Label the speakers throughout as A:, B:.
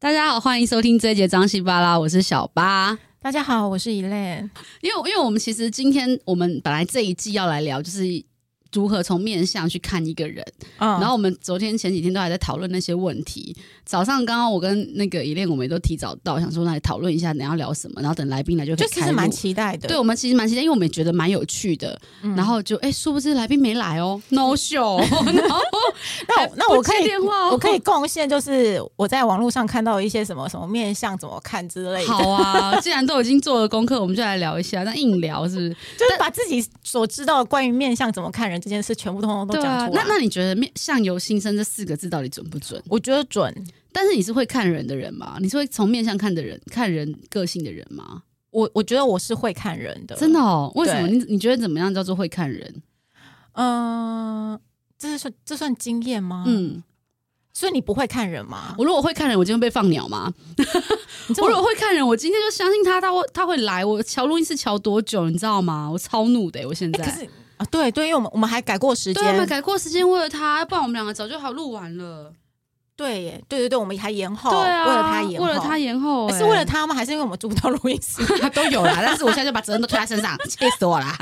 A: 大家好，欢迎收听这一节张西巴拉，我是小八。
B: 大家好，我是 Elaine。
A: 因为因为我们其实今天我们本来这一季要来聊就是如何从面相去看一个人，
B: 嗯
A: 然后我们昨天前几天都还在讨论那些问题。早上刚刚我跟那个一恋，我们也都提早到，想说那里讨论一下，等一下聊什么，然后等来宾来就可
B: 就
A: 以
B: 其
A: 开
B: 实蛮
A: 录。
B: 期待的，
A: 对，我们其实蛮期待，因为我们也觉得蛮有趣的。
B: 嗯
A: 然后就哎，殊不知来宾没来哦，no show。然后
B: 那我那我可
A: 还不接
B: 以
A: 电话哦
B: 我可以贡献，就是我在网络上看到一些什么什么面相怎么看之类的，
A: 好啊，既然都已经做了功课，我们就来聊一下。那硬聊是不是？
B: 就是把自己所知道关于面相怎么看人这件事，全部通通都
A: 对啊
B: 讲，出
A: 那
B: 来。
A: 那你觉得面“相由心生”这四个字到底准不准？
B: 我觉得准，
A: 但是你是会看人的人吗？你是会从面相看的人、看人个性的人吗？
B: 我我觉得我是会看人的，
A: 真的。哦，为什么？
B: 呃对
A: 你你觉得怎么样叫做会看人？
B: 嗯、这是算这算经验吗？嗯，
A: 嗯，
B: 所以你不会看人吗？
A: 我如果会看人，我今天会被放鸟吗？
B: 你这
A: 我
B: 么
A: 如果会看人，我今天就相信他，他会他会来。我瞧录音室瞧多久，你知道吗？我超怒的、我现在。
B: 哎可是啊，对对，因为我们我们还改过时
A: 对，我们
B: 间，
A: 改过时间，为了他，不然我们两个早就好录完了。
B: 对耶，对对对，我们还延后，
A: 对啊，
B: 哦为了他延后，
A: 为了他延后
B: 哎
A: 哎
B: 是为了他吗？还是因为我们租不到录音室？
A: 都有啦，但是我现在就把责任都推在身上， 气死我啦！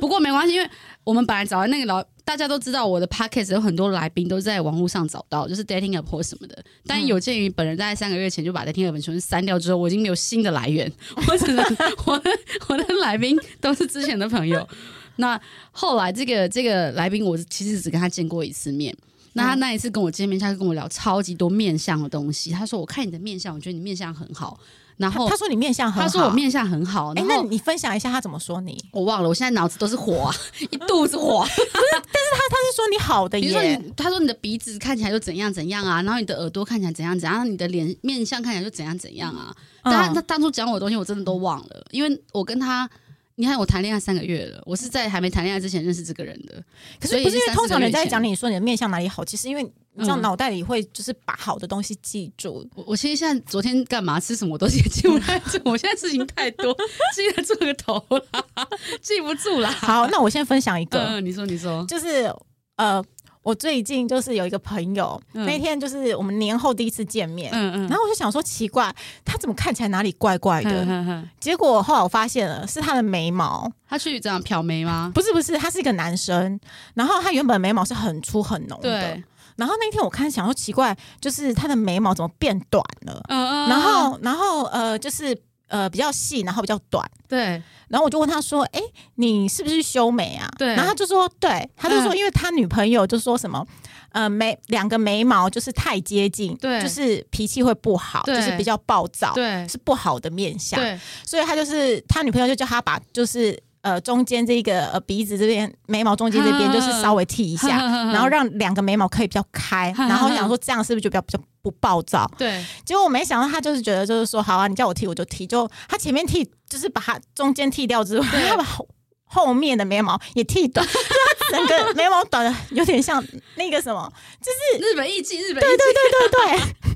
A: 不过没关系，因为我们本来找的那个老，大家都知道我的 podcast 有很多来宾都在网络上找到，就是 dating app 或什么的。但有鉴于本人在三个月前就把 dating app 全部删掉之后，我已经没有新的来源， 我只能我的我的来宾都是之前的朋友。 那后来这个这个来宾，我其实只跟他见过一次面。那他那一次跟我见面，他就跟我聊超级多面相的东西。他说：“我看你的面相，我觉得你面相很好。”然后
B: 他他说你面相很
A: 他
B: 好，
A: 说我面相很好，
B: 哎、
A: 然
B: 那
A: 后
B: 你分享一下他怎么说你？
A: 我忘了，我现在脑子都是火、 啊，一肚子火。
B: 他是说你好的
A: 比如说
B: 耶，
A: 你，他说你的鼻子看起来就怎样怎样啊，然后你的耳朵看起来怎样怎样，然后你的脸面相看起来就怎样怎样啊。但他他
B: 嗯
A: 当初讲我的东西，我真的都忘了，因为我跟他。你看，我谈恋爱三个月了，我是在还没谈恋爱之前认识这个人的。
B: 可
A: 所
B: 是
A: 以
B: 不是因
A: 三四
B: 为通
A: 个
B: 常人
A: 月
B: 家
A: 前
B: 讲你说你的面相哪里好，其实因为你知道
A: 嗯
B: 脑袋里会就是把好的东西记住，
A: 我我其实现在昨天干嘛吃什么我都也记不太住，我现在 事情太多，记得住个头啦，记不住啦。
B: 好，那我先分享一个，
A: 嗯、你说你说，
B: 就是呃，我最近就是有一个朋友，
A: 嗯
B: 那天就是我们年后第一次见面。
A: 嗯嗯，
B: 然后我就想说，奇怪，他怎么看起来哪里怪怪的？
A: 哼哼哼
B: 结果后来我发现了，是他的眉毛，
A: 他去这样漂眉吗？
B: 不是不是，他是一个男生。然后他原本眉毛是很粗很浓的，
A: 对，
B: 然后那天我看想说奇怪，就是他的眉毛怎么变短了？
A: 嗯嗯
B: 然后然后呃，就是呃比较细，然后比较短。
A: 对，
B: 然后我就问他说：“哎、你是不是修眉啊？”
A: 对嗯
B: 然后他就说：“对。”他就说：“因为他女朋友就说什么，呃，眉两个眉毛就是太接近，
A: 对
B: 就是脾气会不好，
A: 对
B: 就是比较暴躁，
A: 对
B: 是不好的面相。
A: 对，
B: 所以他就是他女朋友就叫他把就是呃中间这个呃鼻子这边眉毛中间这边
A: 嗯
B: 就是稍微剃一下，
A: 嗯嗯嗯
B: 然后让两个眉毛可以比较开，
A: 嗯
B: 然后想说这样是不是就比较比较不暴躁？
A: 对，
B: 结果我没想到他就是觉得就是说好啊，你叫我剃我就剃，就他前面剃就是把他中间剃掉之后，
A: 对
B: 他把后后面的眉毛也剃短， 就他整个眉毛短的有点像那个什么，
A: 日本艺妓，日本对对，
B: 对对对。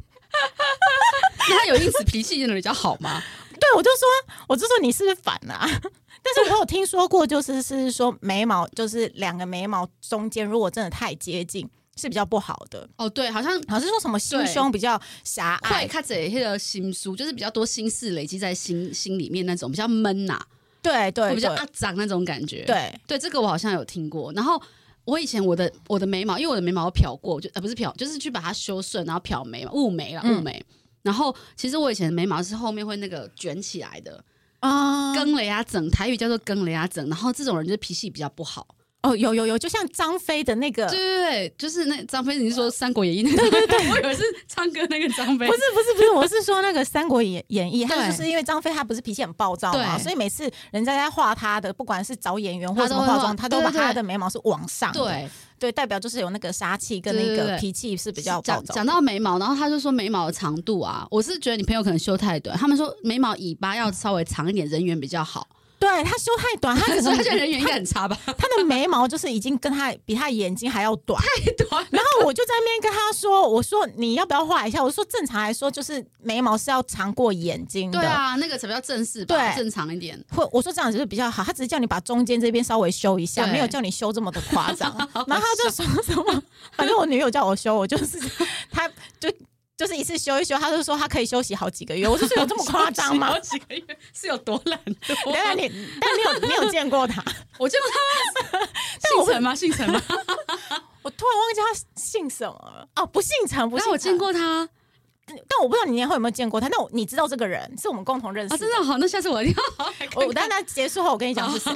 A: 那他有因此脾气变得比较好吗？
B: 对，我就说，我就说你是不是反了、啊？ 但是我有听说过，就是是说眉毛，就是两个眉毛中间如果真的太接近，是比较不好的。
A: 哦，对，好像
B: 好像是说什么心胸比较狭
A: 快
B: 隘，
A: 看着那个心书，就是比较多心事累积在心心里面那种，比较闷呐、
B: 对对
A: 会比较
B: 对
A: 阿长那种感觉。
B: 对，
A: 对，这个我好像有听过。然后我以前我的我的眉毛，因为我的眉毛漂过，就呃不是漂，就是去把它修顺，然后漂眉嘛，雾眉了，雾
B: 嗯
A: 眉。然后其实我以前的眉毛是后面会那个卷起来的，
B: 啊，
A: 更雷啊整，台语叫做更雷啊整。然后这种人就是脾气比较不好。
B: 哦有有有，就像张飞的那个，
A: 对对对，就是那张飞，你是说《三国演义》那个？对对对，我以为是唱歌那个张飞。
B: 不是不是不是，我是说那个《三国演演义》，他
A: 对
B: 就是因为张飞他不是脾气很暴躁嘛，
A: 对
B: 所以每次人家在画他的，不管是找演员或
A: 他
B: 什
A: 都
B: 么
A: 会
B: 化
A: 画
B: 妆，他都
A: 对
B: 把
A: 对
B: 他
A: 对
B: 的眉毛是往上的，
A: 对，
B: 对，代表就是有那个杀气跟
A: 对
B: 那
A: 对对
B: 个
A: 对
B: 脾气是比较暴
A: 讲
B: 躁的。
A: 讲到眉毛，然后他就说眉毛的长度啊，我是觉得你朋友可能修太短，他们说眉毛尾巴要稍微长一点，人缘比较 好。
B: 对他修太短，他 可
A: 所以他
B: 能
A: 现在人缘应该很差吧？
B: 他的眉毛就是已经跟他比他眼睛还要短。
A: 太短，
B: 然后我就在那边跟他说：“我说你要不要画一下？我说正常来说就是眉毛是要长过眼睛的。
A: 对啊，那个才比较正式吧，
B: 对
A: 正常一点。
B: 会我说这样子是比较好，他只是叫你把中间这边稍微修一下，
A: 对
B: 没有叫你修这么的 夸张。然后他就说什么，反正我女友叫我修，我就是他就。就是一次修一修，他就说他可以休息好几个月。我就说有这么夸张吗
A: 好？几个月是有多懒
B: 当
A: 惰？
B: 然你，但你有你有见过他？
A: 我见过 他们姓陈吗？姓陈吗？
B: 我突然忘记他姓什么了哦，不姓陈，不
A: 但
B: 是
A: 我见，过他啊，
B: 但我不知道你年后有没有见过他。但我你知道这个人是我们共同认识
A: 啊真的好，那下次我一定要好好来看
B: 我我
A: 看
B: 但他结束后，我跟你讲是谁？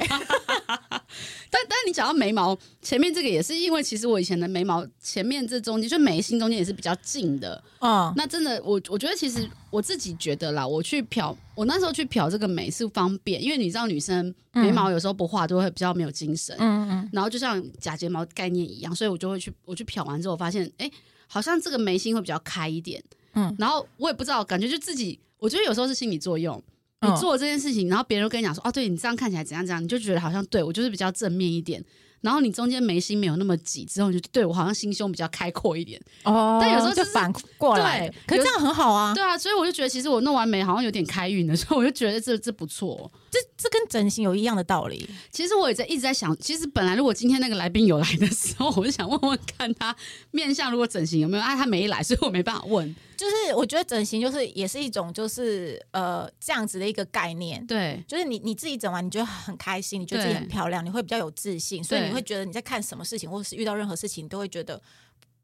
A: 但但你讲到眉毛前面这个也是因为，其实我以前的眉毛前面这中间就眉心中间也是比较近的。
B: 嗯，
A: 那真的，我我觉得其实我自己觉得啦，我去漂，我那时候去漂这个眉是方便，因为你知道女生眉毛有时候不画就会比较没有精神，
B: 嗯嗯，
A: 然后就像假睫毛概念一样，所以我就会去我去漂完之后发现，哎、好像这个眉心会比较开一点，
B: 嗯
A: 嗯，然后我也不知道，感觉就自己，我觉得有时候是心理作用。你
B: 嗯
A: 做了这件事情，然后别人又跟你讲说，哦，对你这样看起来怎样怎样，你就觉得好像对我就是比较正面一点，然后你中间眉心没有那么挤，之后你就对我好像心胸比较开阔一点，
B: 哦
A: 但有时候
B: 就
A: 就是
B: 反过来，
A: 对
B: 可是
A: 有
B: 这样很好啊。
A: 对啊，所以我就觉得其实我弄完眉好像有点开运的，所以我就觉得这这不错。
B: 这这跟整形有一样的道理。
A: 其实我也在一直在想，其实本来如果今天那个来宾有来的时候，我就想问问看他面相如果整形有没有，啊，他没来，所以我没办法问。
B: 就是我觉得整形就是也是一种就是呃这样子的一个概念，
A: 对
B: 就是你你自己整完你觉得很开心，你觉得自己
A: 对
B: 很漂亮，你会比较有自信，所以
A: 对
B: 你会觉得你在看什么事情或是遇到任何事情，你都会觉得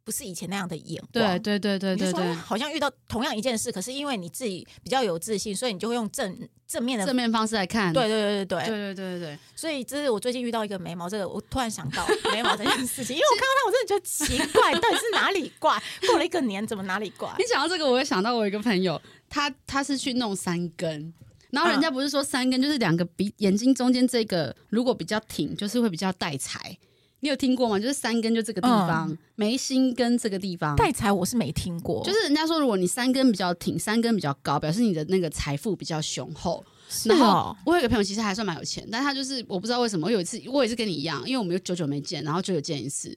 B: 不是以前那样的眼
A: 对
B: 光。
A: 对对对
B: 你就
A: 对
B: 说哎
A: 对，
B: 好像遇到同样一件事，可是因为你自己比较有自信，所以你就会用正正面的。
A: 正面方式来看，
B: 对对对对
A: 对对
B: 对，
A: 对对
B: 所以这是我最近遇到一个眉毛，这个我突然想到眉毛这件事情，因为我看到它，我真的觉得奇怪，到底是哪里怪？过了一个年，怎么哪里怪？
A: 啊你讲到这个，我也想到我有一个朋友，他他是去弄三根。然后人家不是说三根就是两个鼻眼睛中间这个，如果比较挺，就是会比较带财。你有听过吗？就是三根就这个地方，眉心跟这个地方，
B: 带财我是没听过，
A: 就是人家说，如果你三根比较挺，三根比较高，表示你的那个财富比较雄厚。
B: 是
A: 然后
B: 哦
A: 我有一个朋友其实还算蛮有钱，但他就是我不知道为什么，我有一次我也是跟你一样，因为我们有久久没见，然后久久见一次，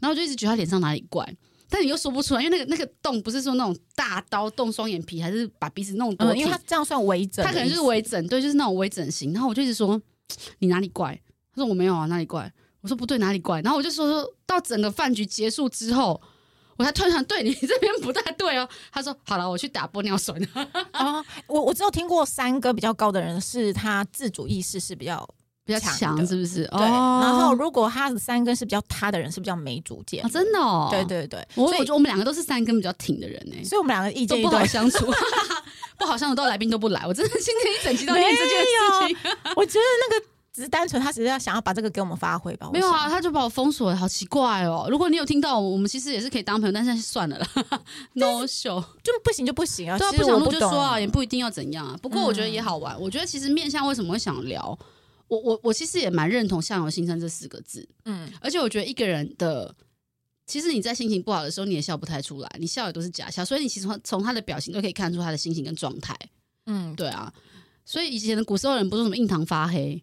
A: 然后我就一直觉得他脸上哪里怪，但你又说不出来，因为那个那个洞不是说那种大刀动双眼皮，还是把鼻子弄多
B: 嗯，因
A: 挺，
B: 为他这样算微整的
A: 他
B: 意思，
A: 可能就是微整，对，就是那种微整形。然后我就一直说你哪里怪，他说我没有啊，哪里怪？我说不对，哪里怪？然后我就说说到整个饭局结束之后，我才突然想对你 这边不大对哦。他说好了，我去打玻尿酸。
B: 啊。我我只有听过三个比较高的人，是他自主意识是比较
A: 比较
B: 强
A: 强
B: 的
A: 是不是？
B: 对，
A: 哦
B: 然后如果他的三根是比较塌的人，是比较没主见
A: 啊，。真的哦，
B: 对。对对，
A: 我我
B: 所
A: 觉
B: 以
A: 得我们两个都是三根比较挺的人呢、
B: 所以我们两个意
A: 都
B: 见一
A: 不
B: 对
A: 好。相处， 不好相处到来宾都不来。我真的今天一 整集都念这件事情，
B: 我觉得那个只是单纯他只是要想要把这个给我们发挥吧。我
A: 没有啊，
B: 想，
A: 他就把我封锁了，好奇怪哦。如果你有听到，我们其实也是可以当朋友，但是算了啦 ，no show。
B: 就不行就不行啊。嗯
A: 对啊，
B: 其实
A: 不想
B: 我
A: 录
B: 不
A: 就
B: 懂
A: 说啊，也不一定要怎样啊。不过我觉得也好玩。我觉得其实面向为什么会想聊，我我我其实也蛮认同“相由心生”这四个字，
B: 嗯，
A: 而且我觉得一个人的。其实你在心情不好的时候，你也笑不太出来，你笑也都是假笑，所以你其实从从他的表情都可以看出他的心情跟状态。
B: 嗯，
A: 对啊，所以以前的古时候人不是什么印堂发黑，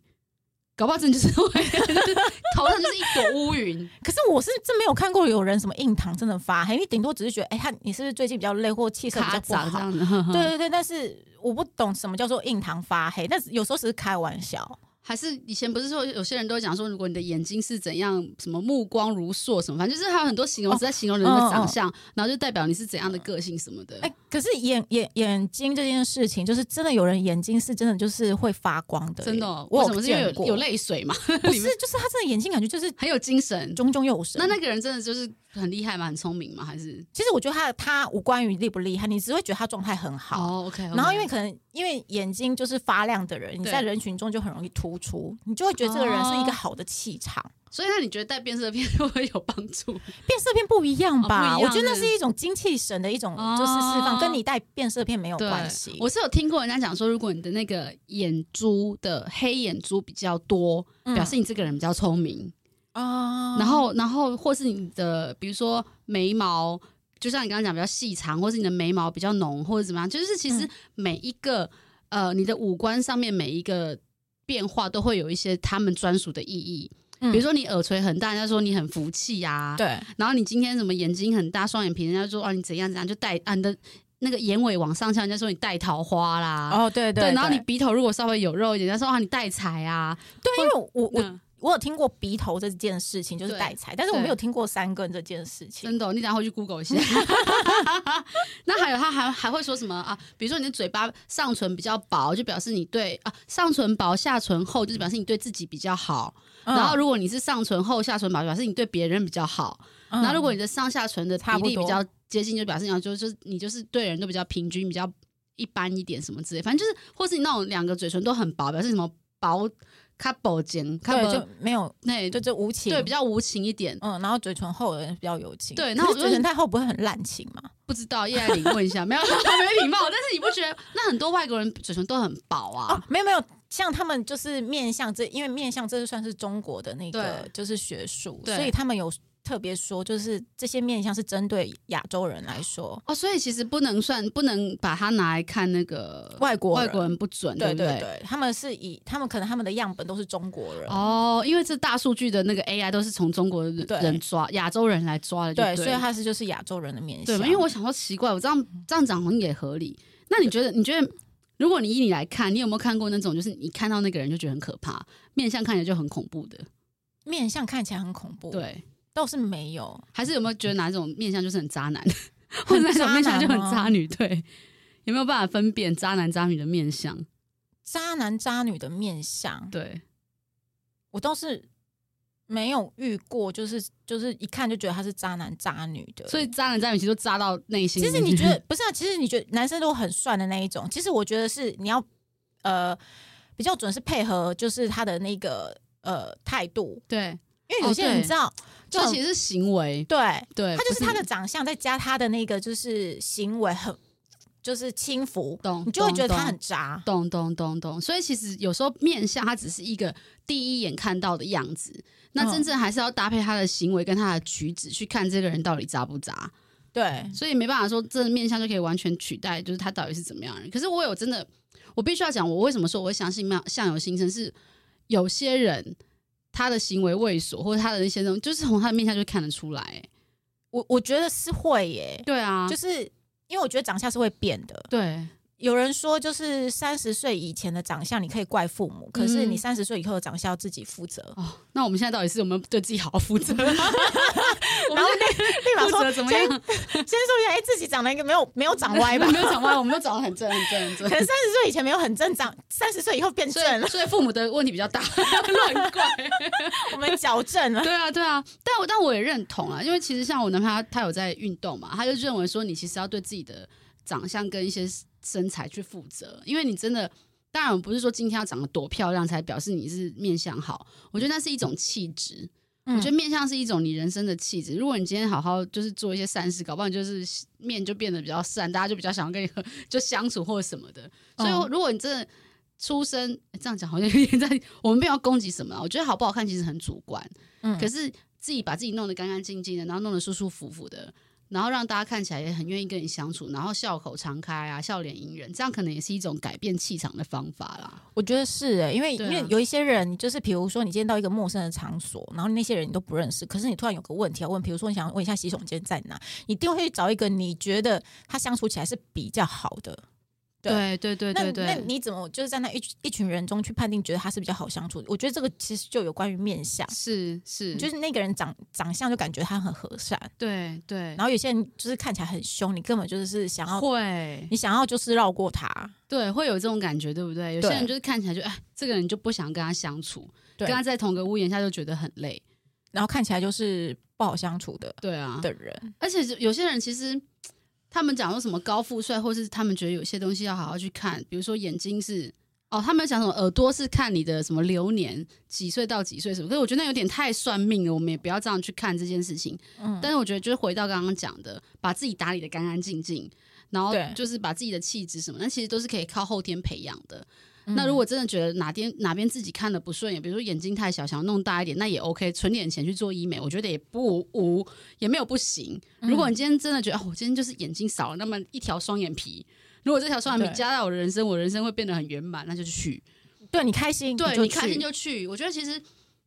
A: 搞不好真的就是会 就是头上就是一朵乌云。
B: 可是我是真没有看过有人什么印堂真的发黑，你顶多只是觉得，哎，他你是不是最近比较累或气色比
A: 卡
B: 较不
A: 掌这
B: 好？
A: 样子，
B: 对，对对，但是我不懂什么叫做印堂发黑，但是有时候只是开玩笑。
A: 还是以前不是说有些人都会讲说，如果你的眼睛是怎样，什么目光如烁什么，反正就是还有很多形容词在形容人的长相，哦然后就代表你是怎样的个性什么的。
B: 哎、可是眼眼眼睛这件事情，就是真的有人眼睛是真的就是会发光的耶，
A: 真的哦、
B: 我
A: 为什么是因为
B: 见
A: 有
B: 过，
A: 有泪水嘛？
B: 不是，就是他真的眼睛感觉就是
A: 很有精神。
B: 炯炯有神。
A: 那那个人真的就是很厉害嘛，很聪明嘛，还是
B: 其实我觉得他他无关于厉不厉害，你只会觉得他状态很好。
A: 哦，OK, o k
B: 然后，因为可能因为眼睛就是发亮的人，你
A: 对
B: 在人群中就很容易突出，你就会觉得这个人是一个好的气场。
A: 所以那你觉得带变色片 会不会有帮助？
B: 变色片不一样吧？
A: 哦不一
B: 我
A: 样
B: 觉得那
A: 是
B: 是一种精气神的一种就是释
A: 哦
B: 放，跟你戴变色片没有
A: 对
B: 关系。
A: 我是有听过人家讲说，如果你的那个眼珠的黑眼珠比较多，
B: 嗯
A: 表示你这个人比较聪明。
B: 啊
A: 然后，然后或是你的，比如说眉毛，就像你刚刚讲比较细长，或是你的眉毛比较浓，或者怎么样，就是其实
B: 嗯
A: 每一个、呃，你的五官上面每一个变化都会有一些他们专属的意义。
B: 嗯
A: 比如说你耳垂很大，人家说你很福气呀、
B: 对，
A: 然后你今天什么眼睛很大，双眼皮，人家说啊你怎样怎样，就带啊你的那个眼尾往上翘，人家说你带桃花啦。
B: 哦对对，
A: 然后你鼻头如果稍微有肉一点，人家说啊你带财啊。
B: 对，因为我我
A: 嗯
B: 我有听过鼻头这件事情，就是
A: 对
B: 代财，但是我
A: 对
B: 没有听过三根这件事情。
A: 真的哦、你等一下回去 Google 一下。 那还有他还还会说什么啊？比如说你的嘴巴上唇比较薄，就表示你对啊上唇薄下唇厚，就是表示你对自己比较好。
B: 嗯
A: 然后如果你是上唇厚下唇薄，表示你对别人比较好。
B: 嗯
A: 然后如果你的上下唇的比
B: 差不
A: 例
B: 多
A: 比较接近，就表示你要就就是你就是对人都比较平均，比较一般一点什么之类。反正就是，或是你那种两个嘴唇都很薄，表示什么薄 couple 尖
B: 对
A: couple
B: 就没有，
A: 那
B: 就这无情，
A: 对比较无情一点。
B: 嗯，然后嘴唇厚的人比较有情，
A: 对
B: 可
A: 那
B: 是
A: 我就
B: 嘴唇太厚不会很滥情嘛？
A: 不知道叶爱玲问一下，没有没礼貌，但是你不觉得那很多外国人嘴唇都很薄啊
B: 哦？，没有没有，像他们就是面向这，因为面向这是算是中国的那个
A: 对
B: 就是学术，
A: 对
B: 所以他们有特别说，就是这些面向是针对亚洲人来说，
A: 哦，所以其实不能算，不能把它拿来看那个
B: 外国
A: 外
B: 人
A: 国人不准，
B: 对
A: 不
B: 对对，他们是以他们可能他们的样本都是中国人，
A: 哦，因为这大数据的那个 AI 都是从中国人
B: 对
A: 人抓，亚洲人来抓的就
B: 对，
A: 对，
B: 所以他是就是亚洲人的面
A: 对
B: 相，
A: 嘛？因为我想说奇怪，我这样这样讲好像也合理。那你觉得？你觉得如果你以你来看，你有没有看过那种就是你看到那个人就觉得很可怕，面相看起来就很恐怖的？
B: 面相看起来很恐怖，，
A: 对，
B: 倒是没有，
A: 还是有没有觉得哪种面相就是很渣男， 或者哪种面相就很渣女？对，有没有办法分辨渣男渣女的面相？
B: 渣男渣女的面相，
A: 对，
B: 我倒是没有遇过，就是就是一看就觉得他是渣男渣女的。
A: 所以渣男渣女其实都渣到内心
B: 其
A: 里面。
B: 实你觉得不是啊？其实你觉得男生都很帅的那一种，其实我觉得是你要呃比较准是配合就是他的那个呃态度，
A: 对，
B: 因为有些
A: 哦
B: 人
A: 对
B: 你知道，就
A: 这
B: 很
A: 其实是行为，
B: 对
A: 对，
B: 他就是他
A: 不
B: 的长相再加他的那个就是行为很就是轻浮，
A: 懂，
B: 你就会
A: 懂
B: 觉得他
A: 懂
B: 很渣。
A: 懂懂懂懂，所以其实有时候面相它只是一个第一眼看到的样子，
B: 嗯
A: 那真正还是要搭配他的行为跟他的举止去看这个人到底渣不渣。
B: 对，
A: 所以没办法说真的面相就可以完全取代，就是他到底是怎么样的人。可是我有真的，我必须要讲，我为什么说我会相信相相由心生，是有些人他的行为猥琐或者他的那些东西，就是从他的面相就看得出来、欸
B: 我我觉得是会耶、
A: 对啊，
B: 就是因为我觉得长相是会变的，
A: 对
B: 有人说，就是三十岁以前的长相你可以怪父母，可是
A: 嗯
B: 你三十岁以后的长相要自己负责。
A: 哦。那我们现在到底是有没有对自己好好负责？我 们现
B: 立
A: 在
B: 马
A: 负
B: 说
A: 责怎么样？
B: 先说一下，哎、自己长了一个没有没有长歪吧？
A: 没有 长歪，我们都长得很正，很 正，很正。
B: 可能三十岁以前没有很正常，三十岁以后变
A: 所
B: 正
A: 以，
B: 了，
A: 所以父母的问题比较大， 乱怪。
B: 我们矫正了。
A: 对啊，对啊，但我但我也认同啊，因为其实像我男朋友他，他有在运动嘛，他就认为说你其实要对自己的长相跟一些身材去负责，因为你真的，当然我不是说今天要长得多漂亮才表示你是面相好，我觉得那是一种气质，
B: 嗯
A: 我觉得面相是一种你人生的气质。如果你今天好好就是做一些善事，搞不好你就是面就变得比较善，大家就比较想要跟你合就相处或者什么的。所以
B: 嗯
A: 如果你真的出生这样讲好像有点在，我们没有要攻击什么啊，我觉得好不好看其实很主观。
B: 嗯
A: 可是自己把自己弄得干干净净的，然后弄得舒舒服服的，然后让大家看起来也很愿意跟你相处，然后笑口常开啊，笑脸迎人，这样可能也是一种改变气场的方法啦。
B: 我觉得是、哎，因为、
A: 对啊
B: 因为有一些人，就是比如说你今天到一个陌生的场所，然后那些人你都不认识，可是你突然有个问题要问，比如说你想问一下洗手间在哪，你一定会去找一个你觉得他相处起来是比较好的。对
A: 对对对
B: 那
A: 对
B: 那
A: 对，
B: 你怎么就是在那一群一群人中去判定，觉得他是比较好相处的？我觉得这个其实就有关于面相，
A: 是是，
B: 就是那个人长长相就感觉他很和善，
A: 对对，
B: 然后有些人就是看起来很凶，你根本就是想要
A: 会
B: 你想要就是绕过他，
A: 对会有这种感觉，对不对？有些
B: 对
A: 人就是看起来就哎，这个人就不想跟他相处，
B: 对
A: 跟他在同个屋檐下就觉得很累。
B: 然后看起来就是不好相处的
A: 对啊，
B: 的人。
A: 而且有些人其实他们讲说什么高富帅，或是他们觉得有些东西要好好去看，比如说眼睛是哦，他们讲什么耳朵是看你的什么流年几岁到几岁什么，可是我觉得那有点太算命了，我们也不要这样去看这件事情。
B: 嗯，
A: 但是我觉得就是回到刚刚讲的，把自己打理的干干净净，然后
B: 对
A: 就是把自己的气质什么，那其实都是可以靠后天培养的。
B: 嗯
A: 那如果真的觉得哪边哪边自己看的不顺眼，比如说眼睛太小，想要弄大一点，那也 OK，存点钱去做医美，我觉得也不无也没有不行。如果你今天真的觉得、哦，我今天就是眼睛少了那么一条双眼皮，如果这条双眼皮
B: 对
A: 加到我的人生，我人生会变得很圆满，那就去。
B: 对你开心，
A: 对
B: 就
A: 你开心
B: 去
A: 就去。我觉得其实，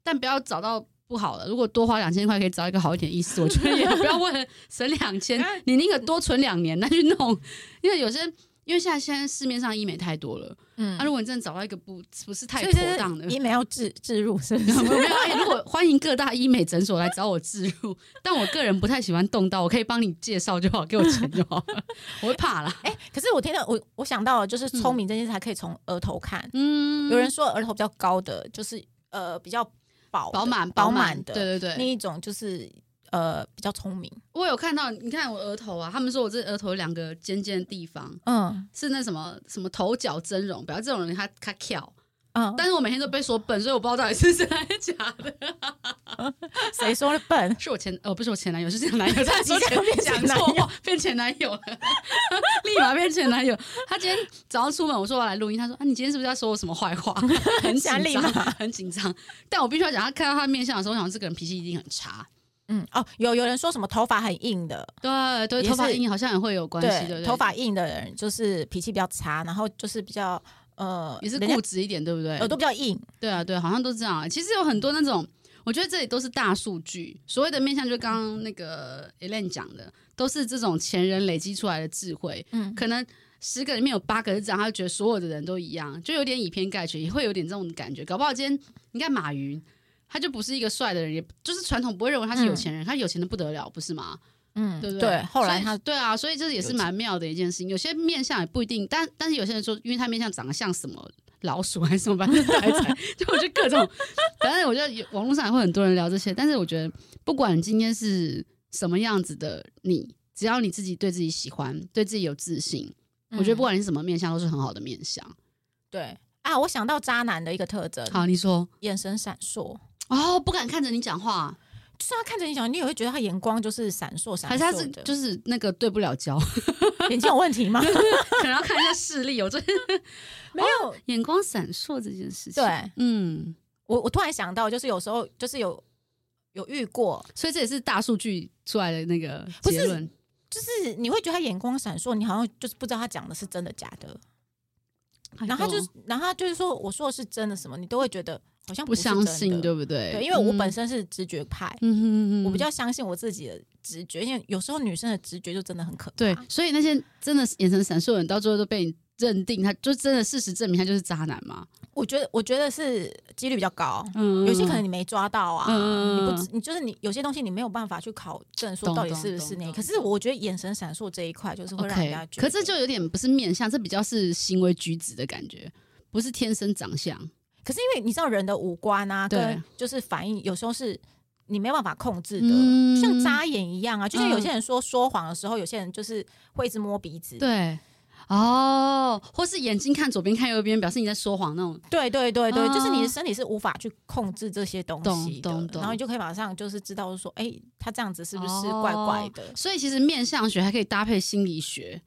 A: 但不要找到不好的。如果多花两千块可以找一个好一点的医 师， 我觉得也不要为了省两千，你宁可多存两年那去弄。因为有些因为现在现在市面上医美太多了，
B: 嗯
A: 那、如果你真的找到一个不不是太
B: 所
A: 妥
B: 以这
A: 当的
B: 是，医美要置置入，是不
A: 没有
B: 是？
A: 没有，哎如果欢迎各大医美诊所来找我置入， 但我个人不太喜欢动刀，我可以帮你介绍就好，给我钱就好了， 我会怕啦。
B: 哎、可是我听到我我想到了就是聪明这件事，还可以从额头看。
A: 嗯，
B: 有人说额头比较高的，就是呃比较饱的
A: 饱满
B: 饱
A: 满
B: 满的
A: 对对
B: 那
A: 对，
B: 一种，就是呃比较聪明。
A: 我有看到，你看我额头啊，他们说我这额头有两个尖尖的地方
B: 嗯
A: 是那什么什么头角峥嵘，表示这种人他他翘，
B: 嗯，
A: 但是我每天都被说笨，所以我不知道到底是真的还是假的。
B: 谁说的 笨？
A: 是我前哦，不是我前男友，是前男 友。他说前
B: 变前
A: 讲
B: 男
A: 错
B: 友
A: 话，变前男友了，立马变前男友。他今天早上出门，我说我要来录音，他说啊，你今天是不是在说我什么坏话？ 很紧
B: 立
A: 张
B: 马，
A: 很紧张。但我必须要讲，他看到他面相的时候，我想这个人脾气一定很差。
B: 嗯哦，有有人说什么头发很硬的，
A: 对对，
B: 也是
A: 头发硬好像也会有关系，对不对？
B: 头发硬的人就是脾气比较差，然后就是比较呃，
A: 也是
B: 人家
A: 固执一点，对不对？
B: 耳朵比较硬，
A: 对啊，对，好像都这样啊。其实有很多那种，我觉得这里都是大数据。所谓的面相，就刚刚那个 Elaine 讲的，都是这种前人累积出来的智慧。
B: 嗯
A: 可能十个里面有八个是这样，他就觉得所有的人都一样，就有点以偏概全，也会有点这种感觉。搞不好今天你看马云，他就不是一个帅的人，也就是传统不会认为他是有钱人，他有钱的不得了，不是吗？
B: 嗯，
A: 对不对？
B: 对。后来
A: 所以
B: 他
A: 对啊，所以这也是蛮妙的一件事情。有些面相也不一定，但但是有些人说，因为他面相长得像什么老鼠还是什 么，反正太惨，就我觉得各种，反正我觉得有网络上也会很多人聊这些。但是我觉得，不管今天是什么样子的你，只要你自己对自己喜欢，对自己有自信，我觉得不
B: 嗯
A: 管你是什么面相，都是很好的面相。
B: 对啊，我想到渣男的一个特征，
A: 好，你说
B: 眼神闪烁，
A: 哦，不敢看着你讲话，
B: 就是他看着你讲，你也会觉得他眼光就是闪烁闪
A: 还
B: 烁
A: 是他是
B: 的
A: 就是那个对不了焦，
B: 眼睛有问题吗？
A: 可能要看一下视力，有这
B: 没有，
A: 眼光闪烁这件事情。
B: 对
A: 嗯。
B: 我我突然想到，就是有时候就是有有遇过，
A: 所以这也是大数据出来的那个
B: 不
A: 结
B: 是
A: 论。
B: 就是你会觉得他眼光闪烁，你好像就是不知道他讲的是真的假的，
A: 哎呦
B: 然后他就是然后他就是说我说的是真的什么，你都会觉得好像
A: 不
B: 是
A: 相
B: 真的
A: 信，对不对？
B: 对，因为我本
A: 身，
B: 身是直觉派，
A: 嗯哼嗯哼
B: 我比较相信我自己的直觉，因为有时候女生的直觉就真的很可怕。
A: 对，所以那些真的眼神闪烁的人，到最后都被你认定他，就真的事实证明他就是渣男嘛。
B: 我觉得我觉得是几率比较高，
A: 嗯，
B: 有些可能你没抓到啊，
A: 嗯
B: 你不知你就是你有些东西你没有办法去考证说
A: 懂
B: 到底
A: 懂
B: 是不是
A: 懂
B: 那个。
A: 懂
B: 可是我觉得眼神闪烁这一块就是会让人家
A: OK，
B: 啊觉得，
A: 可这就有点不是面相，这比较是行为举止的感觉，不是天生长相。
B: 可是因为你知道人的五官啊，
A: 对
B: 跟就是反应有时候是。你没有办法控制的，
A: 嗯
B: 就像眨眼一样啊！就像有
A: 嗯
B: 些人说说谎的时候，有些人就是会一直摸鼻子。
A: 对，哦，或是眼睛看左边看右边，表示你在说谎那种。
B: 对对对对，就是你
A: 哦
B: 的身体是无法去控制这些东西的，
A: 懂懂懂
B: 然后你就可以马上就是知道说，哎、他这样子是不是怪怪的？
A: 所以其实面相学还可以搭配心理学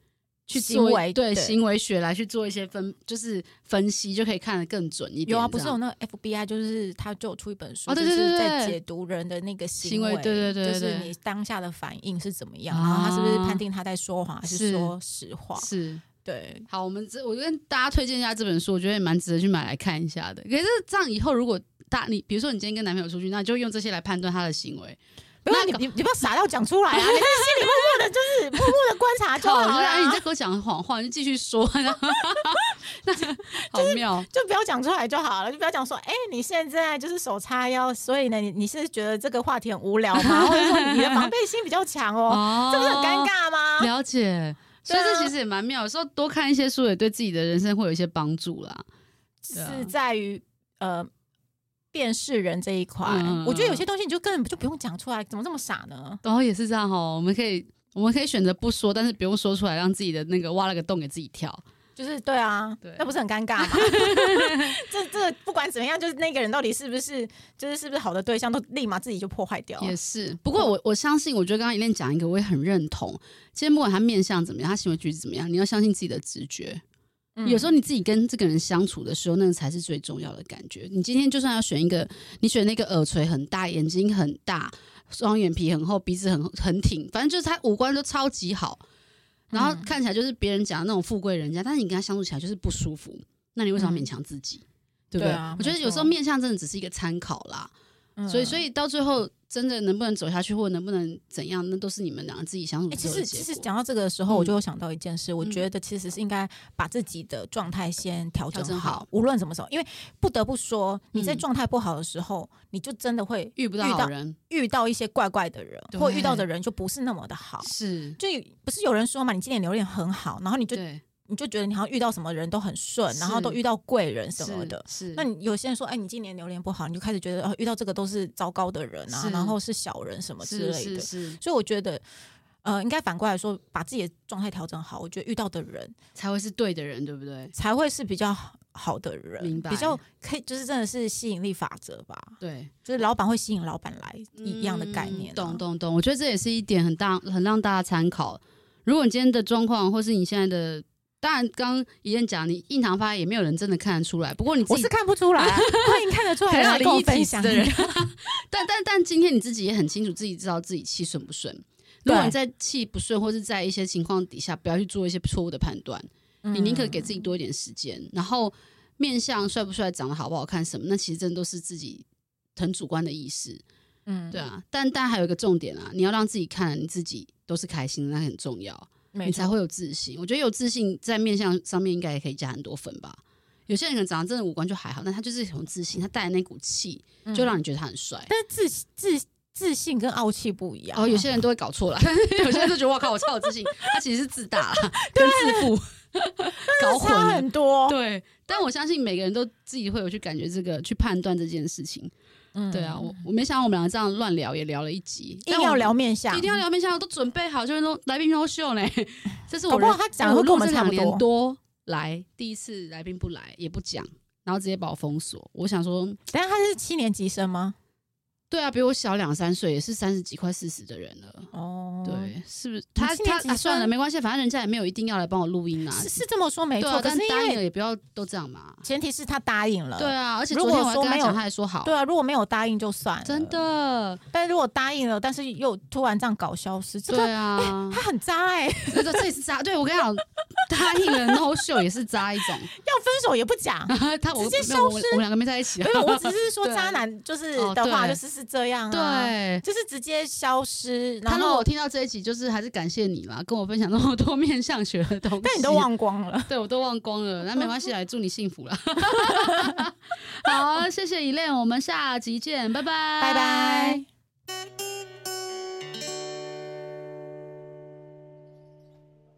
A: 去
B: 行
A: 做一
B: 为
A: 对
B: 对
A: 行为学来去做一些分，就是分析就可以看得更准一点。
B: 有啊，不是
A: 这
B: 有
A: 样
B: 那个 FBI，就是他就有出一本书，
A: 哦对对
B: 就
A: 对
B: 是
A: 对
B: 在
A: 对
B: 解读人的那个
A: 行为
B: 为，
A: 对对对
B: 就是
A: 对
B: 你当下的反应是怎么样，
A: 啊
B: 然后他是不是判定他在说谎还
A: 是
B: 是说实话？
A: 是
B: 对，
A: 好，我们这我跟大家推荐一下这本书，我觉得也蛮值得去买来看一下的。可是这样以后如果大你比如说你今天跟男朋友出去，那你就用这些来判断他的行为。
B: 不要你你你不要傻到讲出 来啊！你在心里默默的，就是默默的观察就
A: 靠，
B: 好
A: 我觉得哎，你
B: 了啊
A: 在，跟我讲谎话，你就继续说， 那好妙。
B: 就哦不要讲出来就好了，就不要讲说，哎，你现在就是手叉腰，所以呢，你你是觉得这个话题很无聊 吗？或者说你的防备心比较强哦，
A: 哦
B: 这不是很尴尬吗？
A: 了解，所
B: 对
A: 以
B: 啊
A: 这其实也蛮妙。有时候多看一些书，也对自己的人生会有一些帮助啦。对啊
B: 是在于呃辨识人这一块。
A: 嗯
B: 我觉得有些东西你就根本就不用讲出来，怎么这么傻呢？
A: 然后也是这样哦，我们可以我们可以选择不说，但是不用说出来，让自己的那个挖了个洞给自己跳。
B: 就是对啊，
A: 对
B: 那不是很尴尬吗？ 这这不管怎么样，就是那个人到底是不是就是是不是好的对象，都立马自己就破坏掉了
A: 也是，哦不过我我相信，我觉得刚刚一练讲一个，我也很认同。今天不管他面相怎么样，他行为举止怎么样，你要相信自己的直觉。
B: 嗯
A: 有时候你自己跟这个人相处的时候，那个才是最重要的感觉。你今天就算要选一个，你选那个耳垂很大、眼睛很大、双眼皮很厚、鼻子很很挺，反正就是他五官都超级好，
B: 嗯
A: 然后看起来就是别人讲的那种富贵人家，但是你跟他相处起来就是不舒服，那你为什么要勉强自己？对不对？
B: 嗯对啊
A: 我觉得有时候
B: 没错
A: 面相真的只是一个参考啦。
B: 嗯
A: 所以，所以到最后，真的能不能走下去，或能不能怎样，那都是你们两个自己相处
B: 哎、
A: 之
B: 其
A: 后
B: 实
A: 的
B: 其
A: 结
B: 实
A: 果。
B: 讲到这个的时候，我就有想到一件事，我
A: 嗯
B: 觉得其实是应该把自己的状态先调整
A: 调整好
B: 无论什么时候，因为不得不说，你在
A: 嗯
B: 状态不好的时候，你就真的会
A: 遇不到
B: 遇
A: 好
B: 到
A: 人
B: 遇到一些怪怪的人，
A: 对
B: 或遇到的人就不是那么的好。
A: 是，
B: 就有不是有人说嘛，你今年流量很好，然后你就
A: 对，
B: 你就觉得你好像遇到什么人都很顺，
A: 是
B: 然后都遇到贵人什么
A: 是
B: 的。
A: 是，
B: 那你有些人说，哎，你今年流年不好，你就开始觉得哦，遇到这个都是糟糕的人啊，
A: 是
B: 然后是小人什么之
A: 是
B: 类
A: 是
B: 的。
A: 是，
B: 所以我觉得，呃，应该反过来说，把自己的状态调整好，我觉得遇到的人
A: 才会是对的人，对不对？
B: 才会是比较好的人，
A: 明白
B: 比较可以，就是真的是吸引力法则吧，
A: 对，
B: 就是老板会吸引老板来一样的概念、
A: 嗯
B: 啊
A: 懂。懂懂，我觉得这也是一点很大很让大家参考。如果你今天的状况，或是你现在的，当然刚刚一燕讲，你印堂发炎也没有人真的看得出来。不过你自
B: 我
A: 己
B: 是看不出来、啊，欢迎看得出来
A: 很有
B: 来跟我
A: 灵异体
B: 分
A: 质
B: 享
A: 的人。但但但今天你自己也很清楚，自己知道自己气顺不顺。如果
B: 对
A: 你在气不顺，或是在一些情况底下，不要去做一些错误的判断，你
B: 你
A: 宁可给自己多一点时间。然后面相帅不帅、长得好不好看什么，那其实真的都是自己很主观的意识，
B: 嗯
A: 对，啊。但但还有一个重点啊，你要让自己看你自己都是开心的，那很重要，啊
B: 没
A: 你才
B: 错，
A: 会有自信。我觉得有自信在面相上面应该也可以加很多分吧。有些人可能长得真的五官就还好，但他就是很有自信，他带的那股气
B: 嗯
A: 就让你觉得他很帅。啊
B: 但是自自自信跟傲气不一样。啊
A: 哦，有些人都会搞 错了，有些人就觉得我靠，我超有自信，他其实是自大啦，跟自负搞混
B: 差
A: 了。
B: 很哦多。
A: 对，但我相信每个人都自己会有去感觉这个，去判断这件事情。
B: 嗯
A: 对啊，我我没想到我们两个这样乱聊，也聊了一集，
B: 硬
A: 但我
B: 要
A: 们
B: 聊面相，
A: 一定要聊面相，都准备好，就是说来宾优 秀嘞。这是
B: 搞
A: 我
B: 不好
A: 人
B: 他讲得会跟我们
A: 录这
B: 差不
A: 两年
B: 多
A: 多来第一次来宾不来也不讲，然后直接把我封锁。我想说，
B: 等一下他是七年级生吗？
A: 对啊，比我小两三岁，也是三十几快四十的人了。
B: 哦，，
A: 对，是不是？他
B: 今年
A: 他、
B: 几
A: 啊、算了，
B: 岁
A: 没关系，反正人家也没有一定要来帮我录音啊。
B: 是是这么说没
A: 对
B: 错，
A: 啊，
B: 可
A: 但
B: 是因
A: 答应
B: 为
A: 了也不要都这样嘛。
B: 前提是他答应了，
A: 对啊，而且
B: 如
A: 昨天
B: 果
A: 我还
B: 说
A: 跟他
B: 没
A: 讲，
B: 有
A: 他还说好，
B: 对啊，如果没有答应就算了，
A: 真。的，
B: 但如果答应了，但是又突然这样搞消失，这个
A: 对啊，
B: 他很渣哎、要
A: 这这也是渣。对我跟你讲， 答应了 no show 也是渣一种。
B: 分手也不 讲。
A: 他我
B: 直接
A: 没有我们
B: 消失
A: 我们两个没在一起
B: 因
A: 啊。
B: 为我只是说
A: 对
B: 渣男就是
A: 哦
B: 的话，
A: 对
B: 就是是这样啊，
A: 对。
B: 就是直接消失，
A: 他
B: 然
A: 如果
B: 后
A: 听到这一集，就是还是感谢你啦，跟我分享那么多 面向学的东西。
B: 但你都忘光了。
A: 对我都忘光了，那没关系啊，祝你幸 福啦。 好，谢谢依恋，我们下集见，拜拜，
B: 拜拜。